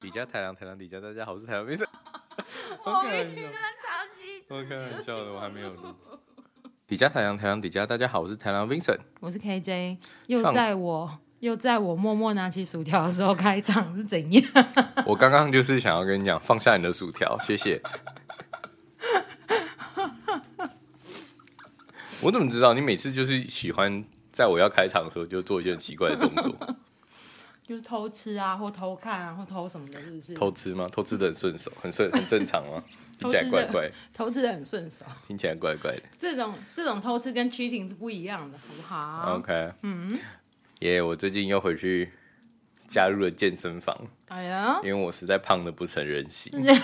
底加台郎，台郎底加大家好，我是台郎，没事。我我开玩遇笑到超级， 我开玩笑的，我还没有录。底加台郎，台郎底加大家好，我是台郎 Vincent。我是 KJ，又上在我又在我默默拿起薯条的时候开场是怎样？ 我刚刚就是想要跟你讲，放下你的薯条，谢 谢。我怎么知道你每次就是喜欢在我要开场的时候就做一些很奇怪的动作？就是偷吃啊，或偷看啊，或偷什么的，是不是？偷吃吗？偷吃的很顺手，很顺，很正常 吗？听起来怪怪，偷吃的很顺手，听起来怪怪的。这种这种偷吃跟 cheating 是不一样的，好不好？ OK，嗯，耶、我最近又回去加入了健身房，哎呀，因为我实在胖的不成人形。嗯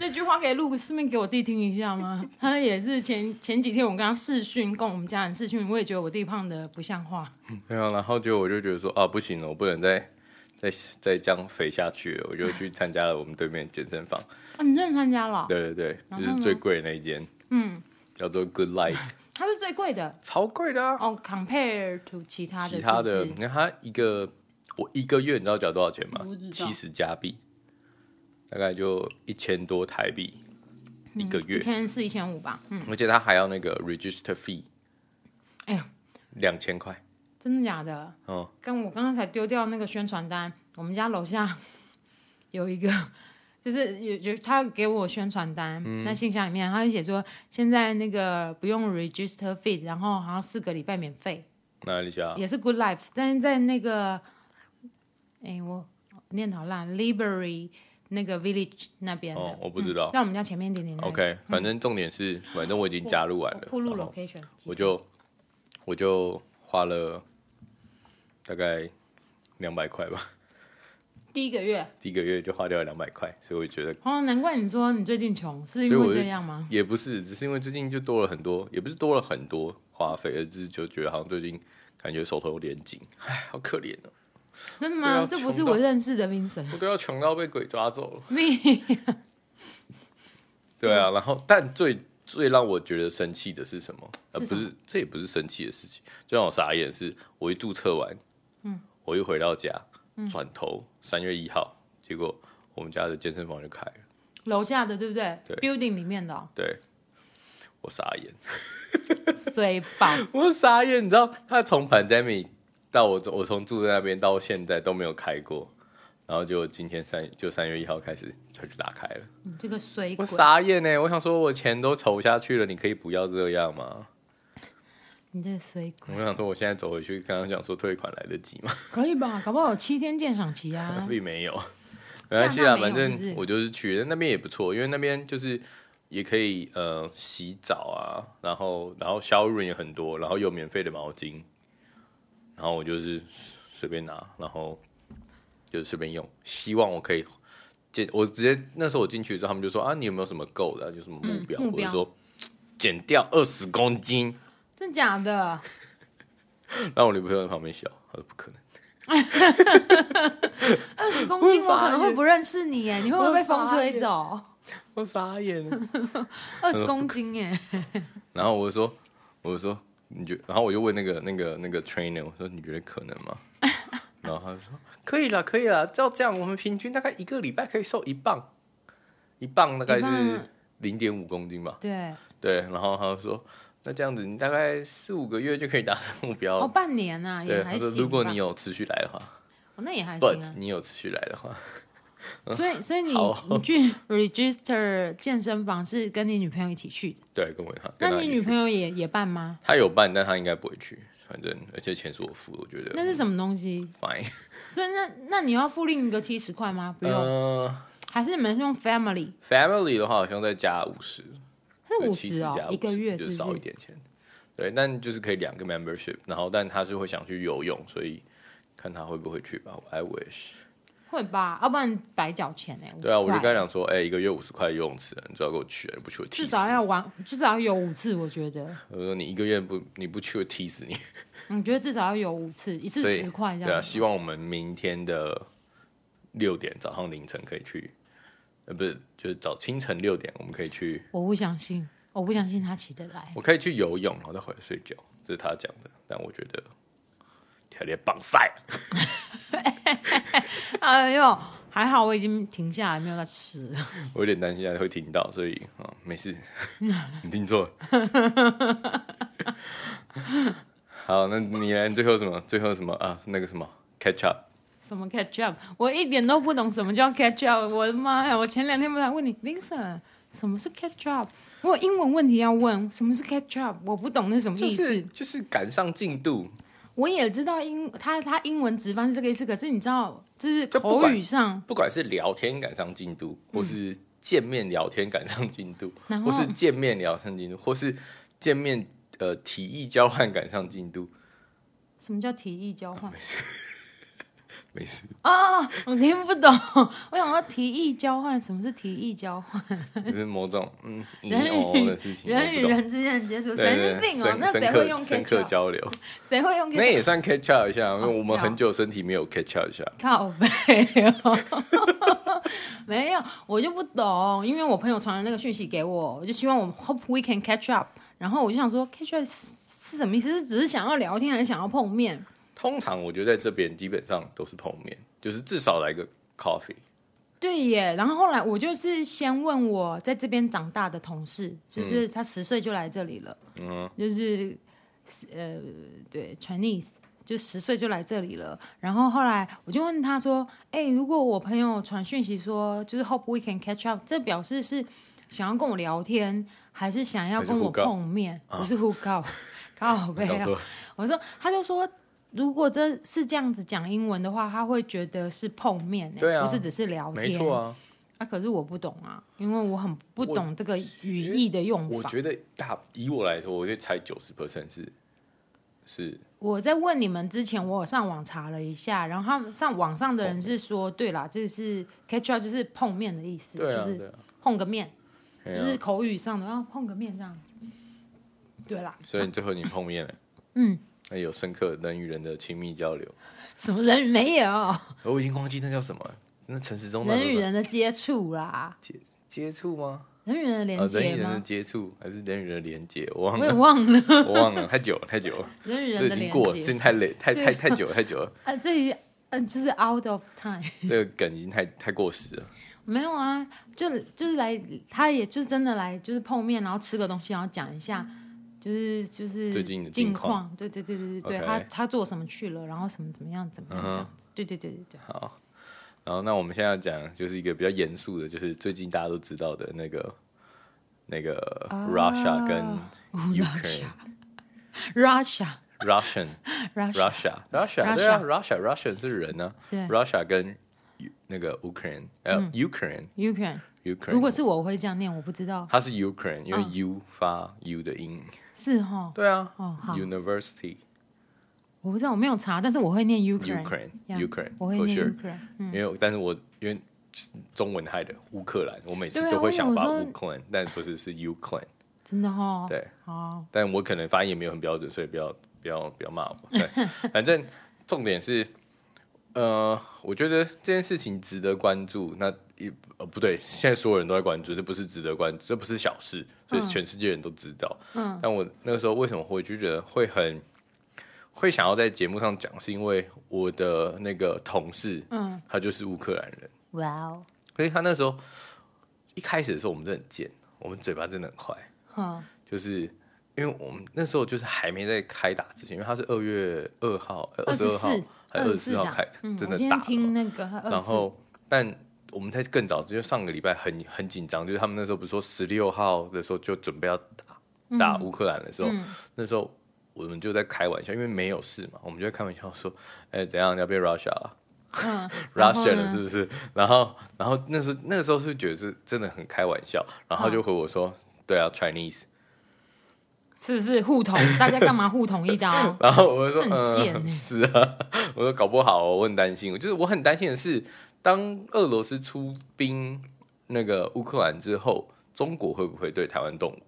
这句话可以录，顺便给我弟听一 下吗？他也是前前几天我跟他视讯，跟我们家人视讯，我也觉得我弟胖的不像话。 对啊，然后就我就觉得说啊，不行了，我不能再再再这样肥下去了，我就去参加了我们对面的健身房。啊，你认识参加了哦？对对对，然就后呢是最贵的那一间，嗯， 叫做 Good Life，它是最贵的超贵的啊。哦，compare to 其他的其他是的，不是你看它一个我一个月你知道缴多少钱吗我不知？道七十加币，大概就一千多台币一个月嗯一，千四、一千五吧。嗯，而且它还要那个 register fee 哎呀，两千块。真的假的？哦，刚我刚刚才丢掉那个宣传单，我们家楼下 有一个，就是有有他给我宣传单，嗯那信箱里面他就写说现在那个不用 register fee，然后好像四个礼拜免费，那一下也是 Good Life，但是在那个，哎、我念好烂，Library 那个 Village 那边的，嗯哦，我不知道在。我们家前面一点点那里。 OK，反正重点是，反正我已经加入完了，铺路然后 location，我就我就花了大概两百块吧， 第一个月，第一个月就花掉了两百块，所以我觉得哦，难怪你说你最近穷，是因所以为我就这样吗？也不是，只是因为最近就多了很多，也不是多了很多花费，而是就觉得好像最近感觉手头有点紧，唉，好可怜哦，真的对吗？啊这不是穷到我认识的 Vincent，我都要穷到被鬼抓走了。你对啊，然后但最最让我觉得生气的是什么？呃，是不什么是，这也不是生气的事情，最让我傻眼的是，我一注册完，嗯，我一回到家，嗯转头三月一号，结果我们家的健身房就开了，楼下的对不对对 b u i l d i n g 里面的哦对。我傻眼，水宝， 我傻眼，你知道，他从 pandemic 到我我从住在那边到现在都没有开过，然后就今天三就三月一号开始他就打开了，你这个水我鬼，傻眼欸呢，我想说我钱都筹下去了，你可以不要这样吗？你这个水鬼，我想说，我现在走回去，刚刚讲说退款来得及吗？可以吧？搞不好有七天鉴赏期 啊。 并没有，没关系啦，这样反那没有是不是正我就是去，但那边也不错，因为那边就是也可以呃洗澡啊，然后然后消润也很多，然后有免费的毛巾，然后我就是随便拿，然后就是随便用，希望我可以减，我直接那时候我进去之后，他们就说啊，你有没有什么 goal 的啊、有什么目标？嗯目我就标说减掉二十公斤，真假的？然后我女朋友在旁边笑，她说不可能。二十公斤我我傻可能会不认识 你耶，你会不会被风吹走？我傻眼了，二十公斤耶，然后我就说，我就说，你觉，然后我就问那个那个那个 trainer，我说你觉得可能吗？ 然后他就说可以啦，可以啦，照这样，我们平均大概一个礼拜可以瘦一磅，一磅大概一磅是零点五公斤吧。 对，对，然后他就说，那这样子你大概四五个月就可以达成目标哦，了。半年啊，对，也他还说行吧。如果你有持续来的话哦那也还行，but 啊。你有持续来的话，所以，所以你好你去 register 健身房是跟你女朋友一起去的？对，跟我他，跟那他你一起女去朋友也也办吗？他有办，但他应该不会去，反正而且钱是我付的，我觉得那是什么东西？ fine。所以那那你要付另一个七十块吗？不用，嗯。还是你们是用 family？ Family 的话，好像再加五十，是五七十十哦加，50一个月是就不是？少一点钱。对，但就是可以两个 membership，然后但他是会想去游泳，所以看他会不会去吧。I wish。会吧，要不然白缴钱哎、50对啊，我就块跟他讲说，哎、一个月五十块游泳池，你最好给我去，你不去我踢至死少你。要玩，至少要有五次，我觉得，嗯我说你一个月不你不去我踢死你。我觉得至少要有五次，一次所以 十块这对啊，样。希望我们明天的六点早上凌晨可以去，呃，不是就是早清晨六点我们可以去，我不相信，我不相信他起得来。 我可以去游泳，然后再回来睡觉，这是他讲的，但我觉得条件棒晒。哎呦，还好我已经停下来，没有再吃了。 我有点担心他会听到，所以啊、哦没事， 你听错了。好，那你来最后什么？最后什么啊？那个什么 catch up？什么 catch up？我一点都不懂什么叫 catch up。我的妈呀！我前两天不是还问你，Vincent，什么是 catch up？我有英文问题要问，什么是 catch up？我不懂那什么就意思。是就是赶上进度，我也知道英他他英文直翻是这个意思，可是你知道，就是就不口管语上，不管是聊天赶上进度，或是见面聊天赶上进度，嗯 然或后是见面聊上进度，或是见面呃提议交换赶上进度，什么叫提议交换？没事，啊、我听不懂。 我想说提议交换，什么是提议交换？就是某种嗯疑人哦与的事情，我人不与懂。人之间的接触，对神对经对，病哦！深那谁深会刻用深刻 catch up？交 流，谁会用那 catch 也算 catch up 一下，因为我们哦很久身体没有 catch up 一下。靠背哦？ 没有，我就不懂，因为我朋友传了那个讯息给我，我就希望我们 hope we can catch up。然后我就想说，catch up 是什么意思？是只是想要聊天，还是想要碰面？通常我觉得在这边基本上都是碰面，就是至少来个 coffee。对耶，然后后来我就是先问我在这边长大的同事，嗯就是他十岁就来这里了，嗯，就是呃，对，Chinese，就十岁就来这里了。然后后来我就问他说：“哎、如果我朋友传讯息说，就是 hope we can catch up，这表示是想要跟我聊天，还是想要还是跟我 hook up？碰面？不是 hook up，靠背我想啊。”说我说，他就说，如果真是这样子讲英文的话，他会觉得是碰面、欸，对啊不是只是聊天，没错啊，啊，可是我不懂啊，因为我很不懂这个语义的用我法。觉得大以我来说，我就猜九十 percent 是是我在问你们之前，我有上网查了一下，然后他们上网上的人是说，对啦，这是 catch up 就是碰面的意思，对啊就对是啊，碰个面，哎就是呀口语上的，然后碰个面这样子。对啦，所以最后你碰面了， 嗯，那有深刻人与人的亲密交流。什么人没有而我已经忘记那叫什么了，那陈时中那人时候与人的接触啦，接接触吗？人与人的啊，连人接与人的吗？接触还是人与人的连接？我忘我也了，忘了我忘了，太久了，太久了，人 与这人已的经连过了，这已接经太累，太 对太太久了，太久了，啊，这一嗯、就是 out of time。这个梗已经太太过时了。没有啊，就就是来，他也就是真的来，就是碰面，然后吃个东西，然后讲一下，就是就是最近的近近况况，对对对对对对 OK 他他做什么去了，然后什么怎么样怎么嗯样哼这样子，对对对对对，好，然后那我们现在要讲就是一个比较严肃的，就是最近大家都知道的那个那个啊 Russia 跟 Ukraine、 ，Russia Russian Russia Russia Russia 对啊，Russia Russian 是人呢、对 Russia 跟 U- 那个 Ukraine 呃、Ukraine Ukraine， Ukraine 如果是我我会这样念，我不知道它是 Ukraine，因为嗯 U 发 U 的音，是哈，对啊、哦好 u n i v e r s i t y 我不知道我没有查，但是我会念 Ukraine， Ukraine Yeah， Ukraine 我会 for 念 sure， Ukraine，嗯，因为但是我因为中文害的乌克兰，我每次对啊都会想我把想说乌克兰，但不是是 Ukraine，真的哈，对，好，但我可能发音也没有很标准，所以不要不要不要骂我。对， 反正重点是，呃，我觉得这件事情值得关注。那一呃不对，现在所有人都在关注，这不是值得关注，这不是小事，所以全世界人都知道。嗯，但我那个时候为什么会就觉得会很会想要在节目上讲，是因为我的那个同事，嗯，他就是乌克兰人。哇哦，所以他那时候一开始的时候，我们真的很贱，我们嘴巴真的很坏，哼，就是因为我们那时候就是还没在开打之前，因为他是二月二号、二十二号24还二十四号24开，嗯，真我的今打天了嘛。听那个24，然后，但我们在更早，就上个礼拜很很紧张，就是他们那时候不是说十六号的时候就准备要打打乌克兰的时候，嗯那时候我们就在开玩笑，因为没有事嘛，我们就在开玩笑说，哎、怎样你要被 Russia 了？嗯 Russia 然后了呢是不是？然后，然后那时候那个时候是觉得是真的很开玩笑，然嗯后他就回我说：“对啊，Chinese。是不 是互捅？大家干嘛互捅一刀”？然后我就说：“这很贱嗯，欸是啊。”我说：“搞不好哦、我很担心。就是我很担心的是，当俄罗斯出兵那个乌克兰之后，中国会不会对台湾动武？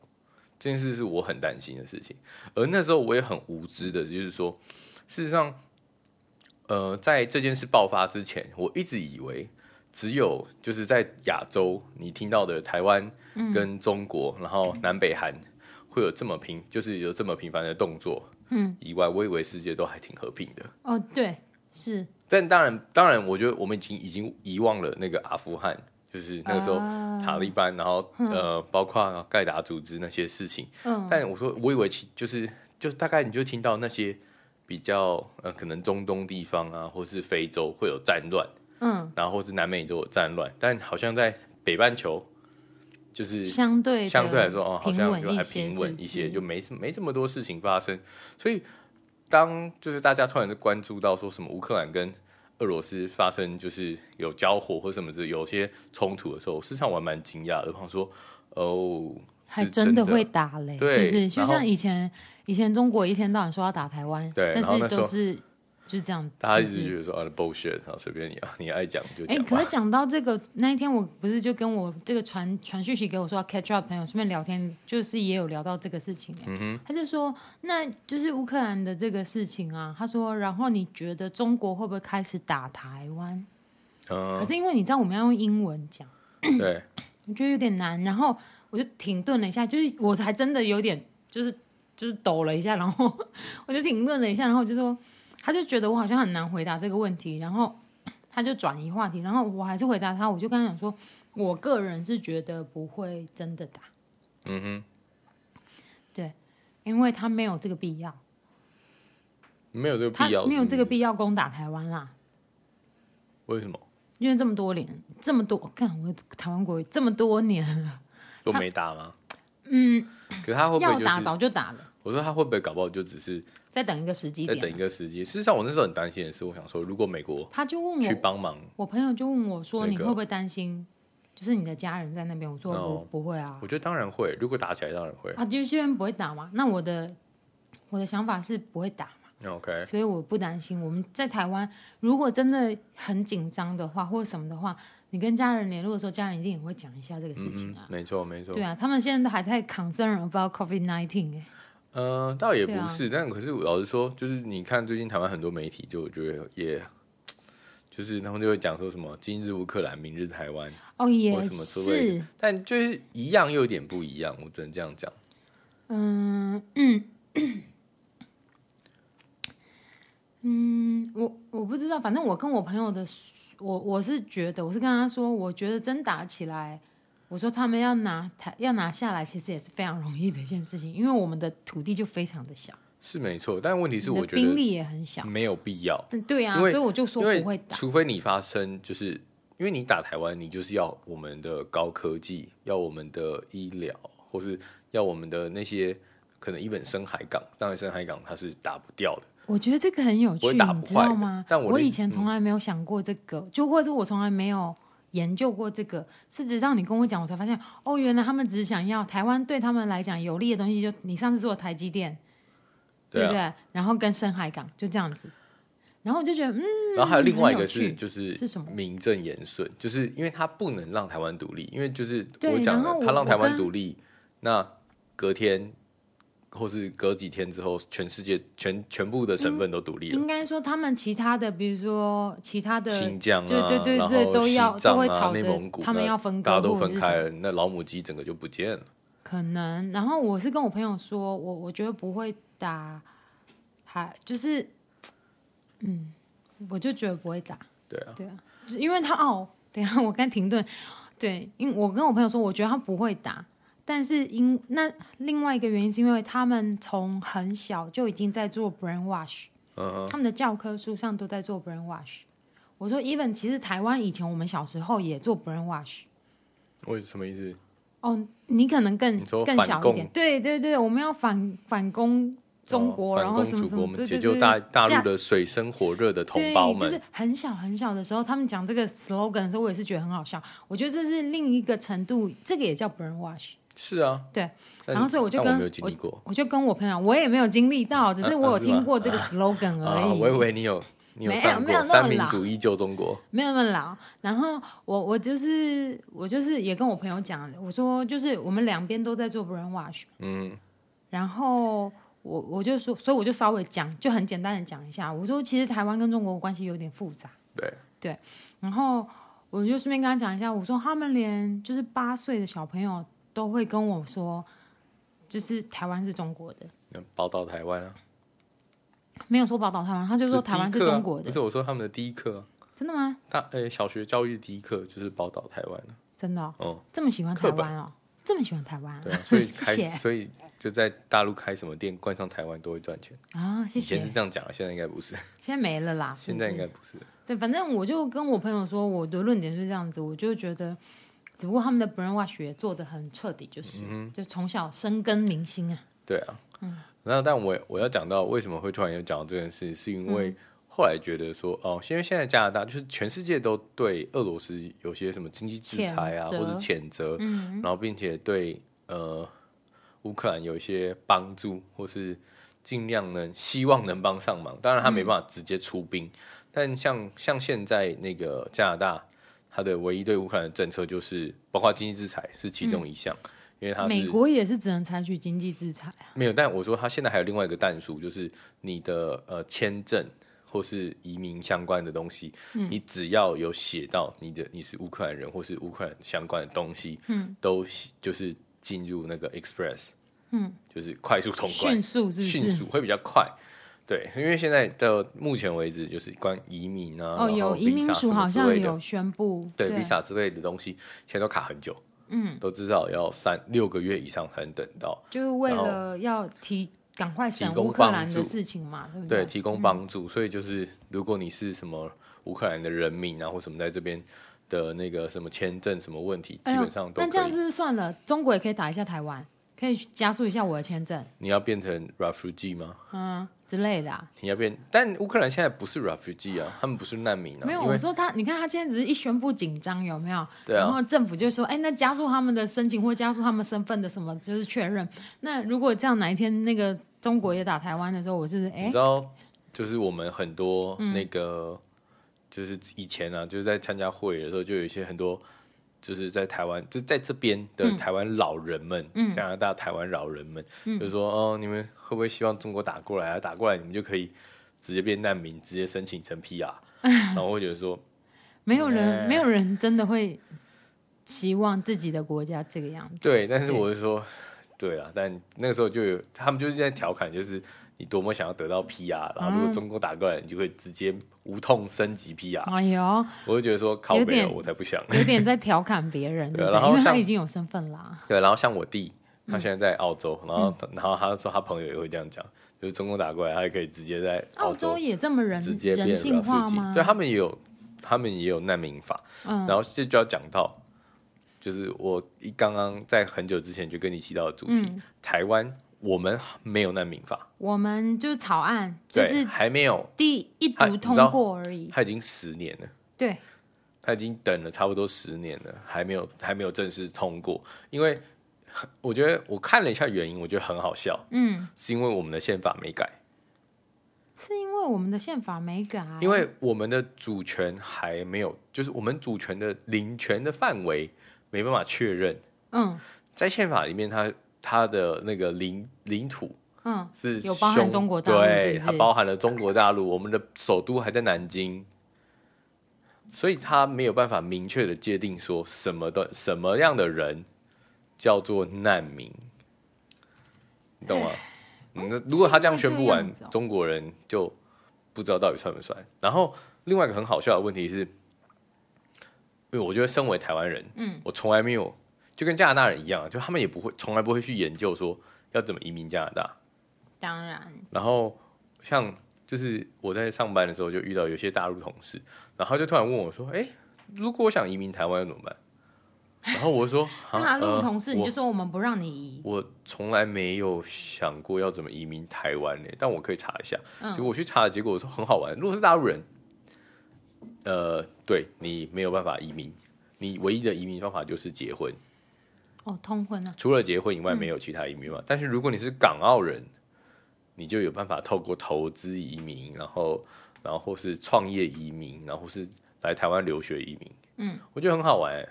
这件事是我很担心的事情。而那时候我也很无知的，就是说，事实上，呃，在这件事爆发之前，我一直以为只有就是在亚洲，你听到的台湾嗯跟中国，然后南北韩会有这么频，就是有这么频繁的动作，嗯，以外，我以为世界都还挺和平的。哦，对，是但当然，当然，我觉得我们已经已经遗忘了那个阿富汗，就是那个时候啊塔利班，然后呃，包括盖达组织那些事情。嗯但我说，我以为其就是就是大概你就听到那些比较呃，可能中东地方啊，或是非洲会有战乱，嗯，然后或是南美洲有战乱，但好像在北半球就是相对的相对来说哦，好平像稳就一还些平是稳不一些，是就没什没这么多事情发生。所以当就是大家突然就关注到说什么乌克兰跟俄罗斯发生就是有交火或什么之有些冲突的时候，事实上我还蛮惊讶的，我想说哦，还是真的的会打嘞，对是不是？就然后像以前以前中国一天到晚说要打台湾，对但然后那是时候都是就是这样，大家一就直是觉得说啊 bullshit，好随便你啊，你爱讲就哎、讲可吧是。讲到这个那一天，我不是就跟我这个传传讯息给我说要 catch up 朋友顺便聊天，就是也有聊到这个事情、哎，他就说，那就是乌克兰的这个事情啊，他说，然后你觉得中国会不会开始打台湾？可嗯，是因为你知道我们要用英文讲，对，我觉得有点难，然后我就停顿了一下，就是我才真的有点就是就是抖了一下，然后我就停顿了一下，然后我就说，他就觉得我好像很难回答这个问题，然后他就转移话题，然后我还是回答他，我就跟他讲说，我个人是觉得不会真的打，嗯哼。因为他没有这个必要，没有这个他必要，没有这个要，必要攻打台湾啦。为什么因为这么多年，这么多，看我台湾国语这么多年了，都没打吗？嗯，可是他会不会要就打是？早就打了，我说他会不会搞不好就只是再等一个时机在点。啊等一个时机？事实上，我那时候很担心的是，我想说，如果美国他就问我去帮忙，我朋友就问我说：“那个你会不会担心，就是你的家人在那边？”我说：“哦不，不会啊我，觉得当然会。如果打起来，当然会。啊，就是这边不会打嘛。”那我的我的想法是不会打嘛， OK，所以我不担心。我们在台湾，如果真的很紧张的话，或者什么的话，你跟家人联络的时候，家人一定也会讲一下这个事嗯情嗯啊。，没错没错对。啊，他们现在都还在 concern about COVID nineteen 哎、呃，倒也对啊不是，但可是我老实说，就是你看最近台湾很多媒体，就我觉得也，就是他们就会讲说什么“今日乌克兰，明日台湾哦”也或什么之类是的，，但就是一样又有点不一样，我只能这样讲。嗯嗯嗯，我我不知道，反正我跟我朋友的，我我是觉得，我是跟他说，我觉得真打起来，我说他们要拿台要拿下来，其实也是非常容易的一件事情，因为我们的土地就非常的小，是没错，但问题是你我的觉兵得力也很小，没有必要。嗯，对啊，因为所以我就说因为不会打，除非你发生，就是因为你打台湾，你就是要我们的高科技，要我们的医疗，或是要我们的那些可能一本深海港，当然深海港它是打不掉的。我觉得这个很有我趣，会打你不知坏道的吗？但我的嗯以意前从来没有想过这个，就或者我从来没有研究过这个，是直到你跟我讲，我才发现哦，原来他们只是想要台湾对他们来讲有利的东西就，你上次说的台积电，对啊不对？然后跟深海港就这样子，然后我就觉得嗯，然后还有另外一很有个趣是，就是是什么名正言顺，就是因为它不能让台湾独立，因为就是对我讲然后了，我它让台我湾刚独立，那隔天或是隔几天之后，全世界全全部的省份都独立了应。该说他们其他的，比如说其他的，新疆啊，嗯对对对然对后都西要藏都会啊吵内着蒙古他们那要分大家割都或者分是开什了，那老母鸡整个就不见了。可能。然后我是跟我朋友说，我我觉得不会打，还就是，嗯，我就觉得不会打，对啊，对啊，就是因为他哦，等一下我 刚停顿，对，因为我跟我朋友说，我觉得他不会打，但是因那另外一个原因是因为他们从很小就已经在做 brainwash，嗯哼，他们的教科书上都在做 brainwash。我说，even 其实台湾以前我们小时候也做 brainwash，为什么意思？哦，你可能更你说更反小一共点，对对对，我们要反反攻中哦国，反然后攻什么祖什国，我么，们对解对救对，大大这陆样的水深火热的同对胞就是们。很小很小的时候，他们讲这个 slogan 的时候，我也是觉得很好笑。我觉得这是另一个程度，这个也叫 brainwash。是啊，对但。然后所以我就但跟我没有经历过我就跟我朋友，我也没有经历到，只是我有啊是吗听过这个 slogan 而啊，已。我以为你有你没有上没有过那么三民老主义救中国，没有那么老。然后我我就是我就是也跟我朋友讲，我说就是我们两边都在做 brainwash，嗯，然后我我就说，所以我就稍微讲，就很简单的讲一下，我说其实台湾跟中国关系有点复杂，对，然后我就顺便跟他讲一下，我说他们连就是八岁的小朋友都会跟我说，就是台湾是中国的，那包到台湾啊，没有说宝岛台湾，他就说台湾是第一课啊中国的不，是我说他们的第一课啊，真的吗？大诶、小学教育第一课就是宝岛台湾了，真的、哦，哦，这么喜欢台课本湾哦，这么喜欢台湾， 对啊，所以谢开谢所以就在大陆开什么店，冠上台湾都会赚钱。啊，谢以谢前是。这样讲，现在应该不是，现在没了啦，现在应是该不是不是。对，反正我就跟我朋友说我的论点是这样子，我就觉得，只不过他们的 brainwash 也做的很彻底，就是、嗯就从小深耕民心啊，对啊，然后但我我要讲到为什么会突然又讲到这件事，是因嗯为后来觉得说，哦，因为现在加拿大就是全世界都对俄罗斯有些什么经济制裁啊，谴或责嗯是谴责，然后并且对呃乌克兰有一些帮助，或是尽量能希望能帮上忙。当然，他嗯没办法直接出兵，但像像现在那个加拿大，它的唯一对乌克兰的政策就是包括经济制裁是其中一项。因为它是嗯美国也是只能采取经济制裁啊，没有，但我说他现在还有另外一个弹数，就是你的呃签证或是移民相关的东西，嗯你只要有写到你的你是乌克兰人或是乌克兰相关的东西，嗯，都是就是进入那个 express，嗯，就是快速通关，迅速是不迅是？速会比较快。对，因为现在到目前为止，就是关于移民啊，哦，然后有移民 visa 署什么好之像类的有宣布，对对 visa 之类的东西，现在都卡很久，嗯，都至少要三六个月以上才能等到。就是为然后了要提赶快审提供乌克兰帮助的事情嘛，对不对，提供帮助。所以就是，如果你是什么乌克兰的人民啊，或什么在这边的那个什么签证什么问题，哎基呦本上都那可这样以。是不是算了，中国也可以打一下台湾，可以加速一下我的签证，你要变成 refugee 吗？嗯之类的、啊。你要变，但乌克兰现在不是 refugee 啊，他们不是难民啊，没有，因我为说他，你看他现在只是一宣布紧张，有没有？对啊然后政府就说，哎，那加速他们的申请或加速他们身份的什么，就是确认。那如果这样哪一天那个中国也打台湾的时候，我是不是你哎知道，就是我们很多那个，就是以前啊，就是在参加会的时候，就有一些很多。就是在台湾，就在这边的台湾老人们，加拿大台湾老人们，就说哦，你们会不会希望中国打过来啊？打过来你们就可以直接变难民，直接申请成 PR，然后我会觉得说，没有人哎没有人真的会期望自己的国家这个样子？对，但是对我就说，对啊，但那个时候就有他们就是在调侃，就是你多么想要得到 PR，然后如果中国打过来，你就会直接无痛升级 PR，哎呦，我就觉得说靠有北了，点我才不想。 有点在调侃别人，对对啊不然后对？因为他像已经有身份啊啦。对，然后像我弟，他嗯现在在澳洲，然后他然后他说他朋友也会这样讲，就是中国打过来，他也可以直接在澳洲洲也这么人直接变人性化 refugee，吗？对他们也有他们也有难民法，嗯然后这就要讲到，就是我一刚刚在很久之前就跟你提到的主题，嗯台湾我们没有难民法，我们就是草案，就对，是还没有，第一哎读你知通道过而已。他已经十年了。对，他已经等了差不多十年了，还没有还没有正式通过。因为我觉得我看了一下原因，我觉得很好笑，嗯，是因为我们的宪法没改，是因为我们的宪法没改，因为我们的主权还没有，就是我们主权的领权的范围没办法确认，嗯在宪法里面它，它的那个领领土嗯，是有包含匈中国大陆对，是不它是包含了中国大陆，我们的首都还在南京，所以它没有办法明确的界定说什么的什么样的人叫做难民，你懂吗？嗯那如果他这样宣布哎是因完为这样子哦，中国人就不知道到底算不算。然后另外一个很好笑的问题是，因为我觉得身为台湾人，嗯，我从来没有就跟加拿大人一样，啊就他们也不会从来不会去研究说要怎么移民加拿大。当然，然后像就是我在上班的时候就遇到有些大陆同事，然后他就突然问我说：“哎、如果我想移民台湾怎么办？”然后我 说：“啊那他如呃果同事，你我就说我们不让你移，我从来没有想过要怎么移民台湾呢、但我可以查一下。嗯结果我去查的结果，我说很好玩。如果是大陆人，呃，对你没有办法移民，你唯一的移民方法就是结婚，哦，通婚啊，除了结婚以外没有其他移民嘛。但是如果你是港澳人，你就有办法透过投资移民，然后然后或是创业移民，然后或是来台湾留学移民。嗯，我觉得很好玩、欸。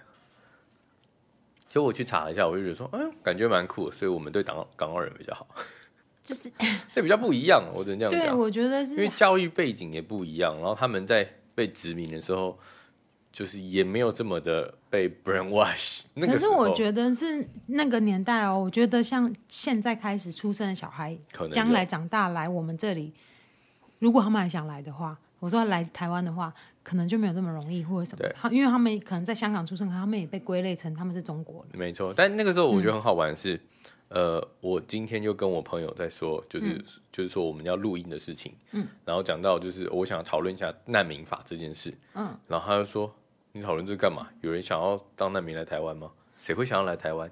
就我去查一下，我就觉得说，嗯，感觉蛮酷的，所以我们对港港澳人比较好。就是 这比较不一样，我只能这样对，讲，我觉得因为是教育背景也不一样，然后他们在被殖民的时候，就是也没有这么的被 brainwash。那可个时是候，我觉得是那个年代哦，我觉得像现在开始出生的小孩可能，有将来长大来我们这里，如果他们还想来的话，我说来台湾的话，可能就没有这么容易或者什么对。他因为他们可能在香港出生，可他们也被归类成他们是中国人。没错，但那个时候我觉嗯得很好玩的是，呃，我今天就跟我朋友在说，就是、嗯就是说我们要录音的事情，嗯，然后讲到就是我想讨论一下难民法这件事，嗯，然后他就说你讨论这干嘛？有人想要当难民来台湾吗？谁会想要来台湾？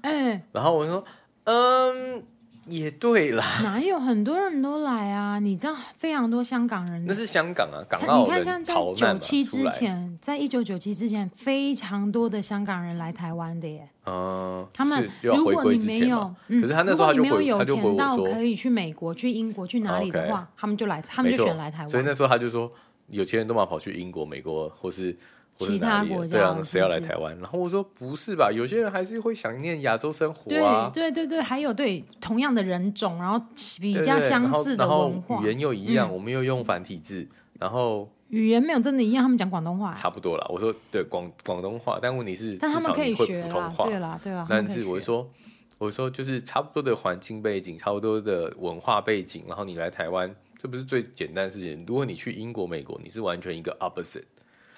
哎、然后我就说，嗯，也对啦，哪有很多人都来啊？你知道非常多香港人那是香港啊，港嗯他澳你看，像人在逃难九嘛，七出之来，前，在一九九七之前，非常多的香港人来台湾的耶。嗯，他们是就要如回果归你之没前有嘛，，嗯，可是他那时候他就如果你没回有他就有回钱我到说可以去美国、去英国、去哪里的话，他们就来，他们没就错，选来台湾。所以那时候他就说，有钱人都嘛跑去英国、美国或是或是其哪他里了国家对啊，了那是谁要不来是台湾？然后我说不是吧，有些人还是会想念亚洲生活对啊，对对对，还有对同样的人种，然后比对较对相似的然后文然化嗯后语，言又一样，我们又用繁体字，然后语言没有真的一样，他们讲广东话，差不多啦。我说对广广东话，但问题是嗯但他至们少可以你会学普啦通，话，对啦对啦。他们但可以是我学说，我说就是差不多的环境背景，差不多的文化背景，然后你来台湾，这不是最简单的事情。如果你去英国、美国，你是完全一个 opposite，、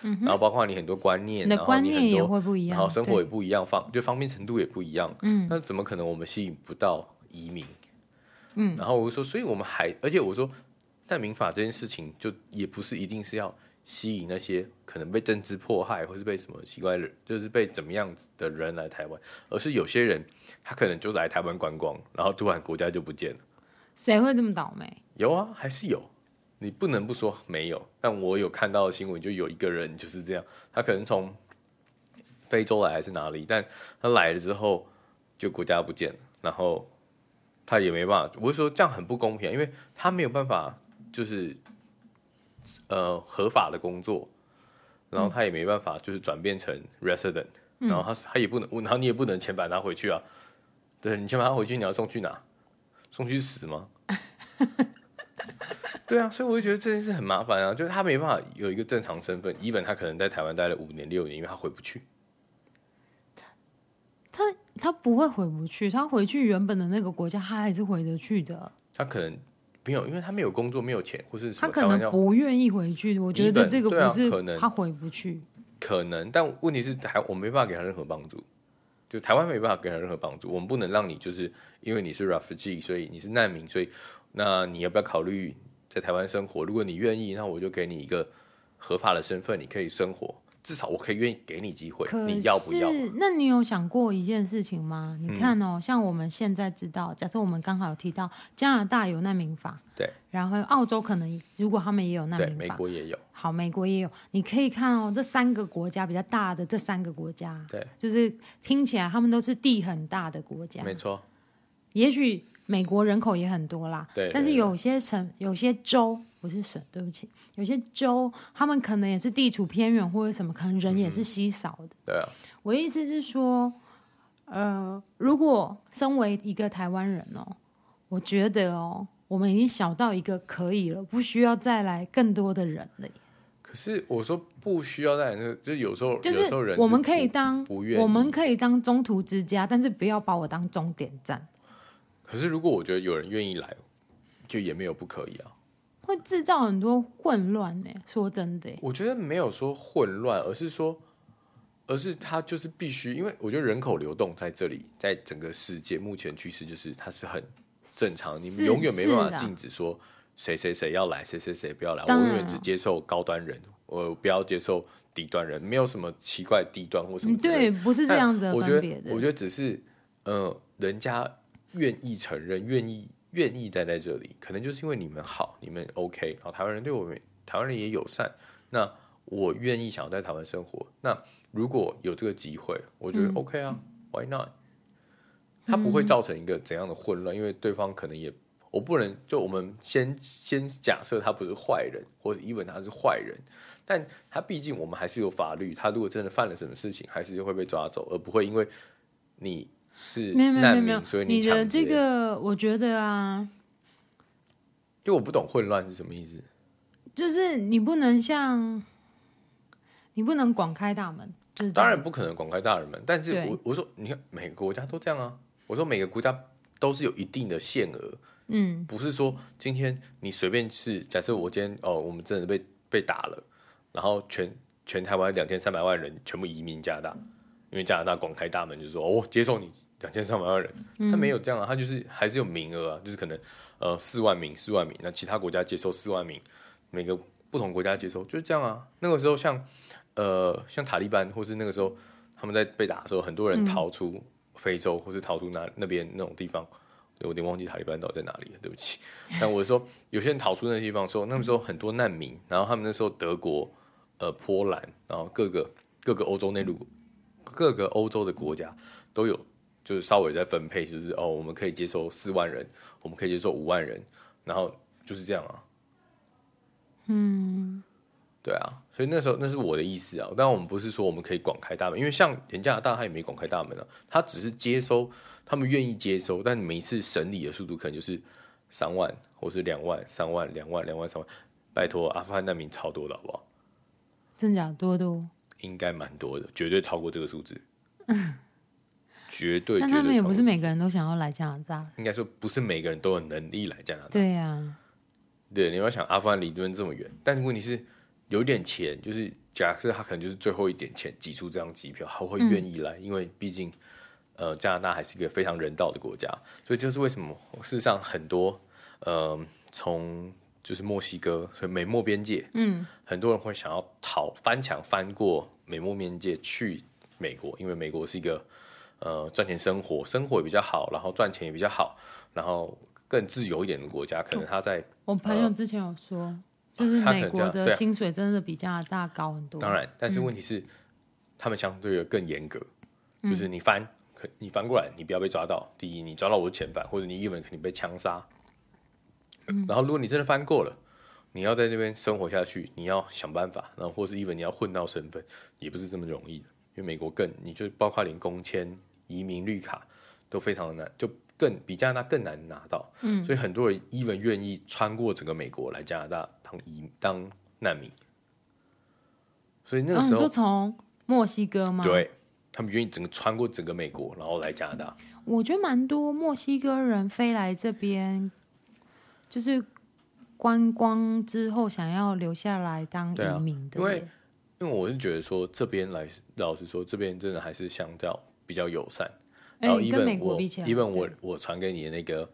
嗯、然后包括你很多观念，你的然后观你念很也多会不一样，然后生活也对不一样，方就方便程度也不一样，嗯，那怎么可能我们吸引不到移民？嗯，然后我就说，所以我们还，而且我说，难民法这件事情就也不是一定是要吸引那些可能被政治迫害或是被什么奇怪的人，就是被怎么样子的人来台湾，而是有些人他可能就来台湾观光，然后突然国家就不见了。谁会这么倒霉？有啊，还是有。你不能不说没有，但我有看到的新闻，就有一个人就是这样，他可能从非洲来还是哪里，但他来了之后就国家不见了，然后他也没办法，我是说这样很不公平，因为他没有办法就是呃合法的工作，然后他也没办法就是转变成 resident，、然后他他也不能，然后你也不能遣返他回去啊，对你遣返他回去，你要送去哪？送去死吗？对啊，所以我就觉得这件事很麻烦啊，就是他没办法有一个正常身份，even 他可能在台湾待了五年六年，因为他回不去。他不会回不去，他回去原本的那个国家，他还是回得去的。他可能没有，因为他没有工作，没有钱，或是什他么可台湾能要不愿意回去，我觉得这个对啊不是可能他回不去。可能，但问题是台我没办法给他任何帮助，就台湾没办法给他任何帮助，我们不能让你就是因为你是 refugee，所以你是难民，所以那你要不要考虑在台湾生活？如果你愿意，那我就给你一个合法的身份，你可以生活，至少我可以愿意给你机会，可你是，要不要？啊嗯那你有想过一件事情吗？你看哦，像我们现在知道，假设我们刚好有提到加拿大有难民法，对，然后澳洲可能如果他们也有难对，民美法，国也有，好，美国也有，你可以看哦，这三个国家比较大的这三个国家，对，就是听起来他们都是地很大的国家，没错，也许美国人口也很多啦，对但是对有些省、有些州不是省，对不起，有些州他们可能也是地处偏远或者什么，可嗯能人也是稀少的。对啊，我的意思是说，呃，如果身为一个台湾人哦，我觉得哦，我们已经小到一个可以了，不需要再来更多的人了耶。可是我说不需要在那个，就是有时候，就有时候人我们不可以当不愿意我们可以当中途之家，但是不要把我当终点站，可是如果我觉得有人愿意来，就也没有不可以啊。会制造很多混乱呢。说真的耶，我觉得没有说混乱，而是说，而是他就是必须，因为我觉得人口流动在这里，在整个世界目前趋势就是它是很正常，你是永远没办是法的禁止说谁谁谁要来，谁谁谁不要来，我当然永远只接受高端人，我不要接受低端人，没有什么奇怪低端或什么嗯，之类的对，不是这但样子的我分觉别得，的。我觉得只是，呃，人家愿意承认，愿意愿意待在这里，可能就是因为你们好，你们 OK，然后台湾人对我们，台湾人也友善，那我愿意想要在台湾生活。那如果有这个机会，我觉得嗯 OK 啊、w h y not？它不会造成一个怎样的混乱，因为对方可能也。我不能就我们先先假设他不是坏人，或者 even 他是坏人，但他毕竟我们还是有法律，他如果真的犯了什么事情，还是会被抓走，而不会因为你是没有没有没难有没有民，所以，你的抢劫这，个我觉得啊，因为我不懂混乱是什么意思。就是你不能像，你不能广开大门，就是这当样然不可能广开大人们，但是对我我说，你看每个国家都这样啊，我说每个国家都是有一定的限额，嗯不是说今天你随便是，假设我今天哦，我们真的被被打了，然后全全台湾两千三百万人全部移民加拿大，因为加拿大广开大门，就是说哦，接受你两千三百万人，他没有这样啊，他就是还是有名额啊，就是可能呃四万名四万名，那其他国家接收四万名，每个不同国家接收就是这样啊。那个时候像呃像塔利班，或是那个时候他们在被打的时候，很多人逃出非洲，或是逃出那那边那种地方。对我有点忘记塔利班到底在哪里了，对不起。但我是说，有些人逃出那个地方的时候，那时候很多难民，然后他们那时候德国、呃波兰，然后各个各个欧洲内陆、各个欧洲的国家都有，就是稍微在分配，就是哦，我们可以接受四万人，我们可以接受五万人，然后就是这样啊。嗯对啊，所以那时候那是我的意思啊。当然，我们不是说我们可以广开大门，因为像人加拿大他也没广开大门啊，他只是接收，他们愿意接收，但每一次审理的速度可能就是三万或是两万、三万、两万、两万、三万。拜托，啊阿富汗难民超多的好不好？真假多多，应该蛮多的，绝对超过这个数 字，绝对绝但对。他们也不是，每个人都想要来加拿大。应该说不是每个人都有能力来啊加拿大。对啊呀、对，你要想阿富汗离敦这么远，但问题是有一点钱，就是假设他可能就是最后一点钱挤出这张机票，他会愿意来，因为毕竟呃加拿大还是一个非常人道的国家，所以这是为什么事实上很多呃从就是墨西哥，所以美墨边界，嗯，很多人会想要逃翻墙翻过美墨边界去美国，因为美国是一个呃赚钱生活生活也比较好，然后赚钱也比较好，然后更自由一点的国家，可能他在。我朋友之前有说，就是呃他可能美这国样的对啊薪水真的比加拿大高很多。当，然，但是问题是，他们相对的更严格，就是你翻，可你翻过来，你不要被抓到。第一，你抓到我是遣返，或者你一文肯定被枪杀。然后，如果你真的翻过了，你要在那边生活下去，你要想办法，然后或是一文你要混到身份，也不是这么容易的。因为美国更，你就包括连工签、移民绿卡都非常的难，就更比加拿大更难拿到。嗯，所以很多人 even 愿意穿过整个美国来加拿大当移当难民。所以那然个时后啊哦你候说，从墨西哥吗？，对他们愿意整个穿过整个美国，然后来加拿大。我觉得蛮多墨西哥人飞来这边，就是观光之后想要留下来当对啊移民的因耶、为因为我是觉得说这边来，老实说，这边真的还是相较比较友善。哎然后跟美哦 even 国我比起来 even 我我传给你的那个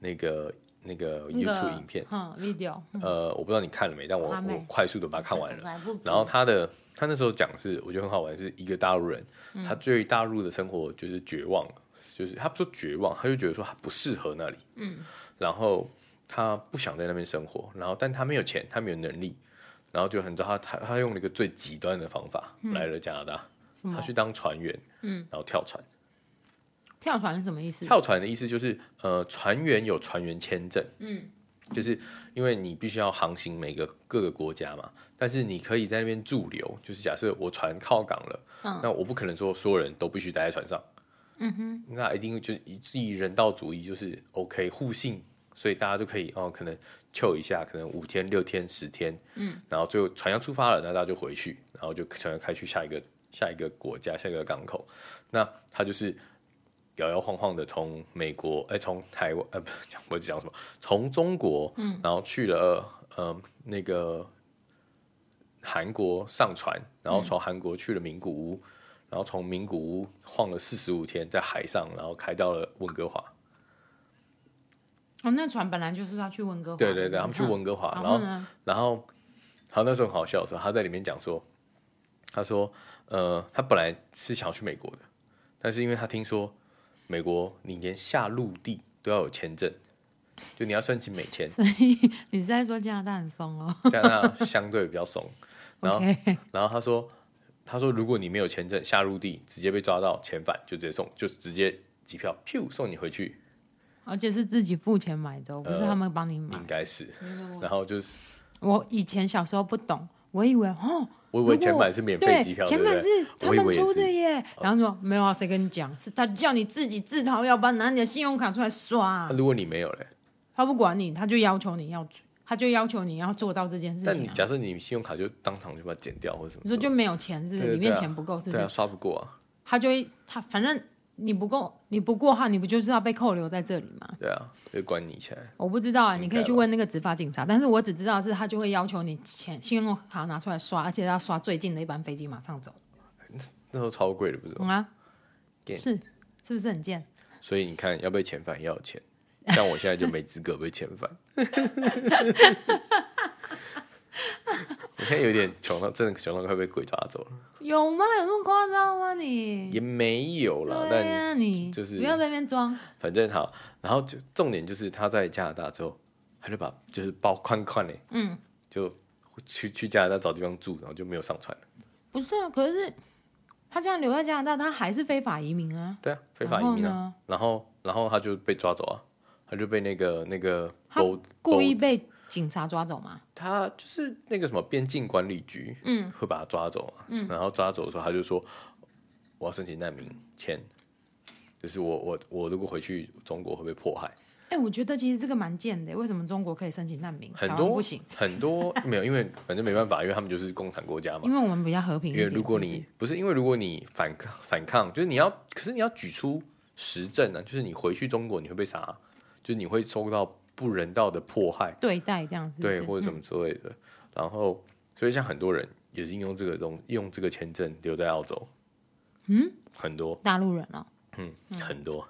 那个那个那个 YouTube 影片，嗯，video，呃，我不知道你看了没，但我还没嗯我快速的把它看完了。 来不及然后他的他那时候讲的是，我觉得很好玩，是一个大陆人，嗯他对于大陆的生活就是绝望了，就是他不说绝望，他就觉得说他不适合那里，嗯，然后他不想在那边生活，然后但他没有钱，他没有能力，然后就很知道他他他用了一个最极端的方法来了加拿大，嗯什么他去当船员，嗯，然后跳船，跳船是什么意思？跳船的意思就是，呃，船员有船员签证，嗯，就是因为你必须要航行每个各个国家嘛，但是你可以在那边驻留，就是假设我船靠港了，嗯那我不可能说所有人都必须待在船上，嗯哼，那一定就是以自己人道主义，就是 OK 互信，所以大家都可以哦，可能 chill 一下，可能五天、六天、十天，嗯，然后最后船要出发了，那大家就回去，然后就船要开去下一个下一个国家、下一个港口，那他就是。摇摇晃晃的从美国，哎、从台湾，呃，不是讲我讲什么，从中国，嗯，然后去了，呃，那个韩国上船，然后从韩国去了名古屋，然后从名古屋晃了四十五天，在海上，然后开到了温哥华，哦，那船本来就是要去温哥华，对对对，他们去嗯，温哥华，然然后后呢？然后，然后那时候很好笑的时候，他在里面讲说，他说，呃，他本来是想要去美国的，但是因为他听说美国你连下陆地都要有签证，就你要申请美签，所以你 是在说加拿大很松哦加拿大相对比较松。然后， ？OK， 然后他说，他说如果你没有签证下陆地，直接被抓到遣返，就直接送，就直接机票，噗送你回去，而且是自己付钱买的哦，不是呃他们帮你买应。该是。然后就是，我以前小时候不懂，我以为哦，我以为如果遣返是免费机票，对对，前不版是对？他我以们为也出的是耶。然后说没有啊，谁跟你讲？是他叫你自己自掏腰包拿你的信用卡出来刷啊、那如果你没有嘞，他不管你，他就要求你要，他就要求你要做到这件事但情、你啊。假设你信用卡就当场就把它剪掉或者什么，你说就没有钱，是对不是？对里面对啊钱不够，是不对是？啊，刷不过啊，他就会他反正你不够，你不过号，你不就是要被扣留在这里吗？对啊，就关你起来。我不知道啊，你可应以该去吧问那个执法警察，但是我只知道是他就会要求你钱信用卡拿出来刷，而且要刷最近的一班飞机马上走，那时候超贵的，不是吗？懂啊？ Get 是是不是很贱？所以你看，要被遣返也要有钱，像我现在就没资格被遣 返。我现在有点穷到，真的穷到快被鬼抓走了，有吗？有那么夸张吗你？也没有啦。嗯对但啊，你就是不要在那边装，反正好，然后就重点就是他在加拿大之后，他就把就是包宽宽嘞，嗯，就去去加拿大找地方住，然后就没有上船了。不是啊？可是他这样留在加拿大，他还是非法移民啊。对啊，非法移民啊。啊，然后然后他就被抓走啊，他就被那个那个他 boat- 故 boat- 意被警察抓走吗？他就是那个什么边境管理局，嗯，会把他抓走嘛，嗯，然后抓走的时候，他就说我要申请难民签，就是我我我如果回去中国会被迫害，哎、我觉得其实这个蛮贱的，为什么中国可以申请难民，很台湾多不行？很多没有，因为反正没办法，因为他们就是共产国家嘛因，为我们比较和平一因点。为如果是不你是不是因为如果你反抗反抗，就是你要可是你要举出实证啊，就是你回去中国你会被杀啊，就是你会受到不人道的迫害。对待这样子，对，或者什么、么之类的。然后，所以像很多人也是应用这个东，用这个签证留在澳洲。嗯，很多，嗯大陆人哦，嗯，很多。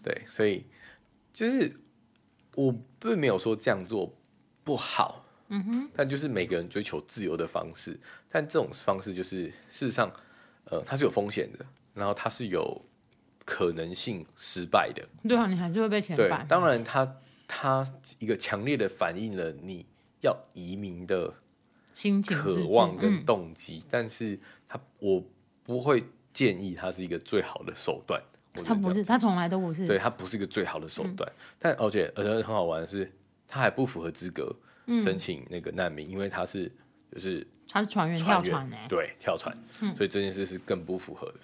对，所以就是我并没有说这样做不好，嗯哼，但就是每个人追求自由的方式，但这种方式就是事实上，呃，它是有风险的，然后它是有可能性失败的，对啊，你还是会被遣对返，。当然他他一个强烈的反映了你要移民的心情是不渴是望嗯跟动机，但是他我不会建议它是一个最好的手段。我觉他得这不样是，他从来都不是。对，它不是一个最好的手段。嗯但而且而且很好玩的是，他还不符合资格嗯申请那个难民，因为他是就是他是船员跳船员，船哎、对，跳船，所以这件事是更不符合的。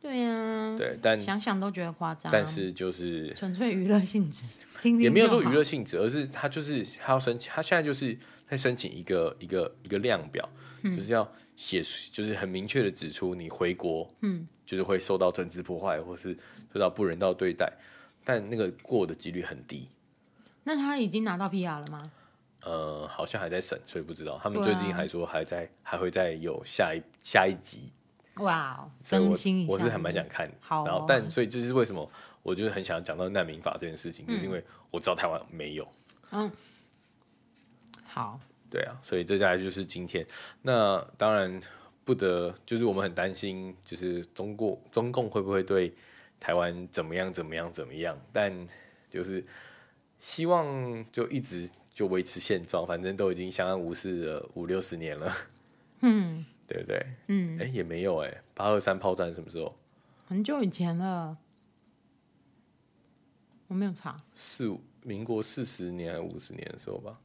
对呀、啊，对，但想想都觉得夸张。但是就是纯粹娱乐性质，听听也没有说就娱好乐性质，而是他就是他要申请，他现在就是在申请一个一个一个量表，嗯就是要写，就是很明确的指出你回国，嗯，就是会受到政治破坏，或是受到不人道对待，但那个过的几率很低。那他已经拿到 PR 了吗？呃，好像还在审，所以不知道。他们对最啊近还说还在还会再有下一下一集，哇、哦，所以我更新一下，我是还蛮想看。好哦然后但所以这就是为什么我就是很想讲到难民法这件事情，嗯就是因为我知道台湾没有。好，对啊，所以这大概就是今天。那当然不得，就是我们很担心，就是中国中共会不会对台湾怎么样怎么样怎么样？但就是希望就一直就维持现状，反正都已经相安无事了五六十年了，嗯对不对？嗯，哎、也没有哎、八二三炮战什么时候？很久以前了，我没有查四五民国四十年还五十年的时候吧？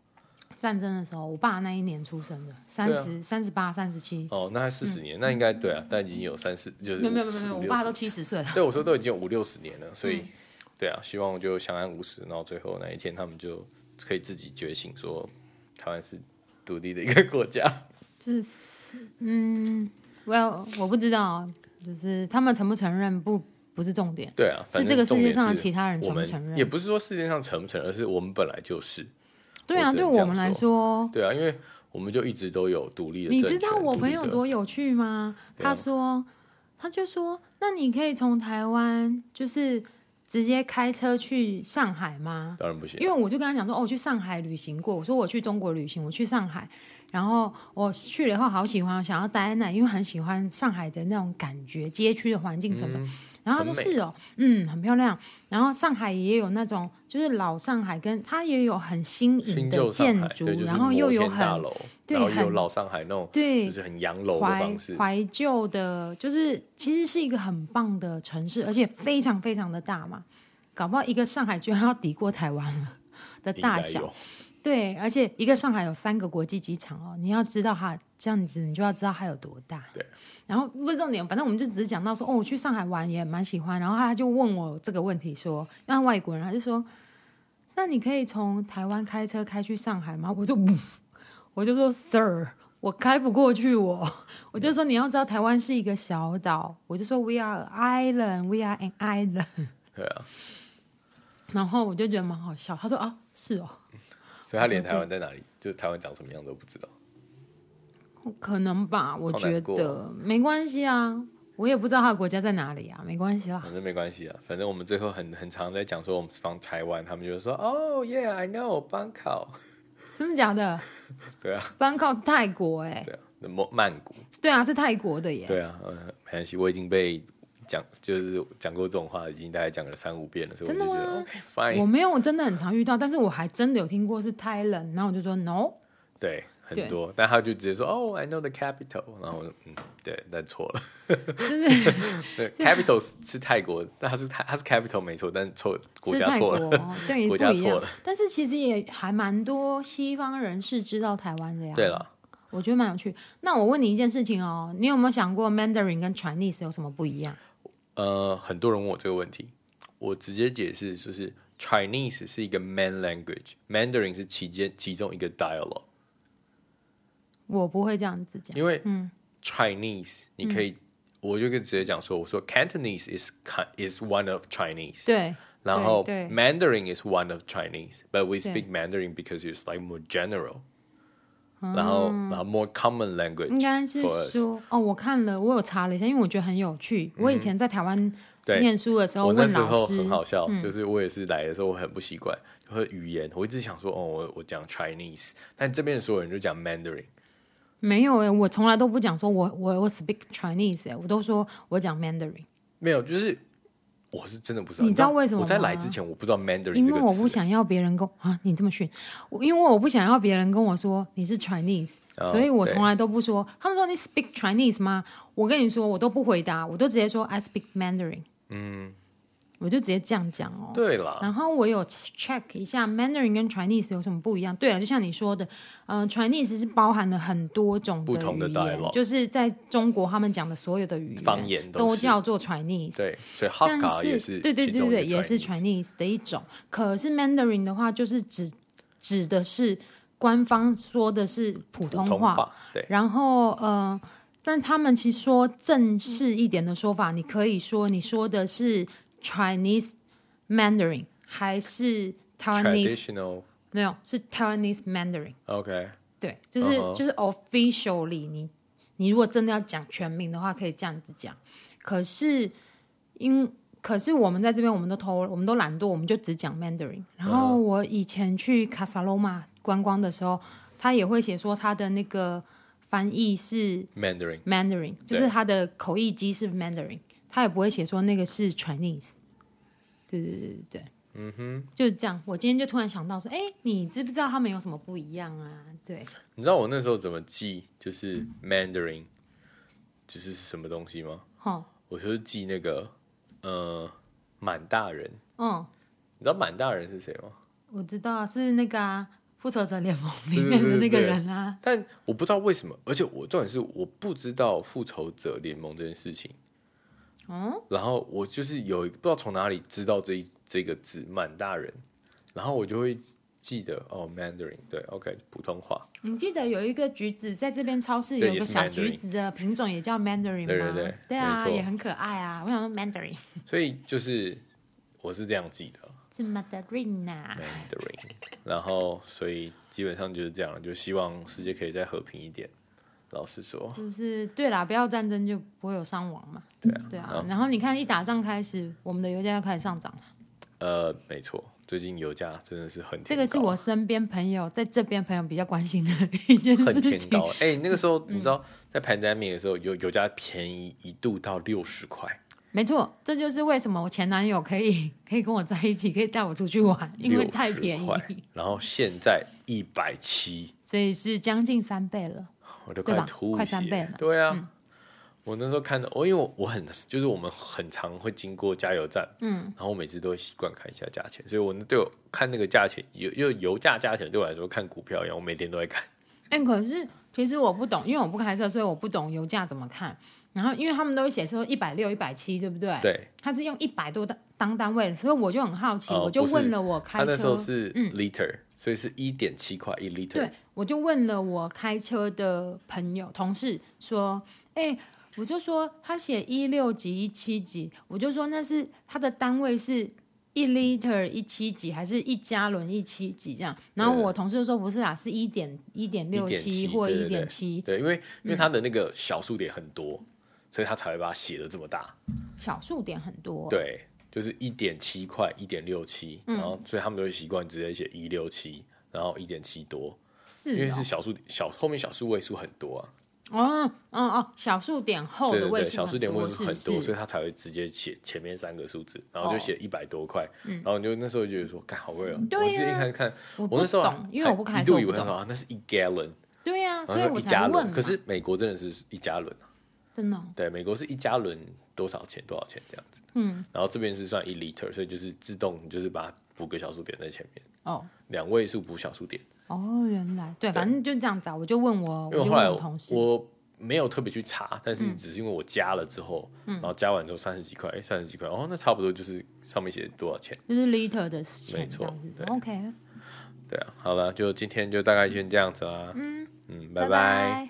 战争的时候，我爸那一年出生的，三啊十三十八、三十七，哦，那还四十年，那应该对啊，但已经有三四就是没嗯有没有五没有没有，呃五我六爸十都七嗯十岁了。对，我说都已经有五六十年了，所以、对啊，希望就相安无事，然后最后那一天他们就可以自己觉醒说台湾是独立的一个国家。 嗯，Well，我不知道，啊就是他们承不承认不不是重点，对啊，是反正这个世重界点上的是其他人我承不们承认也不是说世界上承不承认，而是我们本来就是。对啊，我只对能我们来这说，对啊，因为我们就一直都有独立的你政知道权我独朋立友的多有趣吗？对啊他说，他就说，那你可以从台湾就是直接开车去上海吗？当然不行啊，因为我就跟他讲说，哦，我去上海旅行过，我说我去中国旅行，我去上海，然后我去了以后好喜欢，想要待在那里，因为很喜欢上海的那种感觉，街区的环境什么什么。然后嗯他说很美是哦，嗯，很漂亮。然后上海也有那种，就是老上海跟它也有很新颖新嗯的旧上建海筑，对，就是然后又摩有天大很楼，对然后又有很老上海那种对就是很洋楼的怀方式，怀旧的，就是其实是一个很棒的城市，而且非常非常的大嘛，搞不好一个上海居然要抵过台湾了的应大该小有。。对，而且一个上海有三个国际机场哦，你要知道它这样子，你就要知道它有多大。对。然后不是重点，反正我们就只是讲到说，哦，我去上海玩也蛮喜欢。然后他就问我这个问题说，因为他外国人，他就说，那你可以从台湾开车开去上海吗？我就，我就说，Sir，我开不过去我，我就说你要知道台湾是一个小岛，我就说 we are an island, we are an island。对啊，然后我就觉得蛮好笑，他说啊是哦，所以他连台湾在哪里，就是台湾长什么样都不知道。可能吧，我好难觉过得没关系啊，我也不知道他的国家在哪里啊，没关系啦。反正没关系啊，反正我们最后很很常在讲说我们是防台湾，他们就说哦，Yeah，I know，邦考，真的假的？ 对啊，班靠是泰国哎、对啊，曼曼谷，对啊，是泰国的耶。对啊，呃，没关系，我已经被讲就是讲过这种话，已经大概讲了三五遍了，所以我真就的觉得吗 OK fine，我没有真的很常遇到，但是我还真的有听过是 Thailand，然后我就说 no，对，很对多，但他就直接说哦，I know the capital，然后我就嗯，对，但错了，就是 对，capital 是是泰国，但他是泰他是 capital 没错，但是错国是家泰错国了，哦，对，国不家一错样了。但是其实也还蛮多西方人士知道台湾的呀。对，了，我觉得蛮有趣。那我问你一件事情哦，你有没有想过 Mandarin 跟 Chinese 有什么不一样？呃，很多人问我这个问题，我直接解释就是 Chinese 是一个 main language，Mandarin 是其间其中一个 dialogue，我不会这样子讲。因为 Chinese 你可嗯以，我就可以直接讲说，我说 Cantonese is ki- is one of Chinese，对，然后对 Mandarin is one of Chinese, but we 对 speak Mandarin because it's like more general. 然后，然后 more common language，Ah 应该是 for us 嗯说哦，我看了，我有查了一下，因为我觉得很有趣。我以前在台湾对念书的时候我那问时候老师嗯很，好笑，就是我也是来的时候我很不习惯，就会语言，我一直想说，哦，我我讲 Chinese，但这边的所有人就讲 Mandarin，没有哎、我从来都不讲说我我我 speak Chinese 哎、我都说我讲 Mandarin，没有，就是我是真的不知道，你知道为什么我在吗来之前我不知道 Mandarin 因这为个我词，不想要别人跟我啊你这么训我，因为我不想要别人跟我说你是 Chinese，、哦所以我对从来都不说。他们说你 speak Chinese 吗？我跟你说，我都不回答，我都直接说 I speak Mandarin。嗯，我就直接这样讲哦。对啦，然后我有 check 一下 Mandarin 跟 Chinese 有什么不一样。对了，就像你说的，嗯、c h i n e se 是包含了很多种不同的语言 dialogue 就是在中国他们讲的所有的语言方言都都是叫做 Chinese。对，所以但 Hakka 也是对对其对中一个对，也是 Chinese Chinese 的一种。可是 Mandarin 的话，就是指指的是官方说的是普普通通话，话，对，然后呃，但他们其实说正式一点的说法，你可以说你说的是 Chinese Mandarin 还是 Taiwanese？ traditional 没有，是 Taiwanese Mandarin。 OK，对，就是、嗯哼就是 officially 你你如果真的要讲全名的话，可以这样子讲。可是因可是我们在这边，我们都偷，我们都懒惰，我们就只讲 Mandarin。然嗯后我以前去卡萨罗马观光的时候，他也会写说他的那个翻译是 Mandarin Mandarin，就是他的口译机是 Mandarin，他也不会写说那个是 Chinese。对对对对对，嗯哼，就是这样。我今天就突然想到说，哎，你知不知道他们有什么不一样啊？对，你知道我那时候怎么记就是 Mandarin，就是是什么东西吗？哈，我就是记那个呃满大人，嗯，你知道满大人是谁吗？我知道是那个啊，《复仇者联盟》里面的那个人啊，但我不知道为什么，而且我重点是我不知道复仇者联盟这件事情。哦，然后我就是有一不知道从哪里知道这一这个字满大人，然后我就会记得哦，Mandarin 对，OK 普通话，你记得有一个橘子，在这边超市对有也个是小 Mandarin 橘子的品种也叫 Mandarin 吗？对对对没啊，错也很可爱啊。我想说 Mandarin 所以就是我是这样记的是 Mandarin 啊， Mandarin，然后所以基本上就是这样，就希望世界可以再和平一点。老实说，就是对啦，不要战争就不会有伤亡嘛。对啊，对啊好，然后你看一打仗开始，我们的油价就开始上涨了。呃，没错，最近油价真的是很这个天是高我身边朋友在这边朋友比较关心的一件很事天情。高。哎、那个时嗯候你知道，在 pandemic 的时候，油油价便宜一度到六十块，没错，这就是为什么我前男友可以 可以跟我在一起，可以带我出去玩，因为太便60宜块，然后现在一百七，所以是将近三倍了。我都对快吧吐血。快三倍了嗯对啊，我那时候看到，哦我、因为我我很就是我们很常会经过加油站，嗯，然后我每次都会习惯看一下价钱，所以我那对我看那个价钱，油因为油价价钱对我来说看股票一样，我每天都在看。哎、可是其实我不懂，因为我不开车，所以我不懂油价怎么看。然后因为他们都会写说一百六、一百七，对不对？，对，他是用一百多当当单位，所以我就很好奇，哦我就不是问了我他开那时候车。是嗯 liter，、所以是一点七块一 liter。对，我就问了我开车的朋友、同事说：“哎、我就说他写一六级、一七级，我就说那是他的单位是一 liter 一七级，还是一加仑一七级这样？”然后对我同事就说：“不是啊，是一点一点六七1.7或对一对对点七对，因为因为它的那个小数点很多，所以它才会把它写的这么大。小数点很多。”对，就是一点七块、一点六七，嗯然后所以他们都会习惯直接写一六七，然后一点七多，因为是是小数小后面小数位数很多啊，哦，哦哦哦，小数点后对的对位对，数小数点位数很是多，不所是以他才会直接写前面三个数字，然后哦嗯就写一百多块，然后你就那时候就觉得说，干好贵哦，对啊我自己看看，我不我那时候啊懂因为我不还开一车度我以不为他懂说啊那是一 gallon，对呀、所然以后我说一才加问啊仑，嘛。可是美国真的是一加仑啊，真的哦、对，美国是一加仑多少钱多少钱这样子，嗯，然后这边是算一 liter，所以就是自动就是把它补个小数点在前面，哦两位数补小数点。哦，原来对，反正就这样子啊。我就问我，因我为就后来问我我同事，我没有特别去查，但是只是因为我加了之后，然后加完之后三十几块，三十几块，哦，那差不多就是上面写多少钱，就是 liter 的钱没错这样子对 OK，对啊，好了，就今天就大概先这样子啦，嗯嗯，拜拜。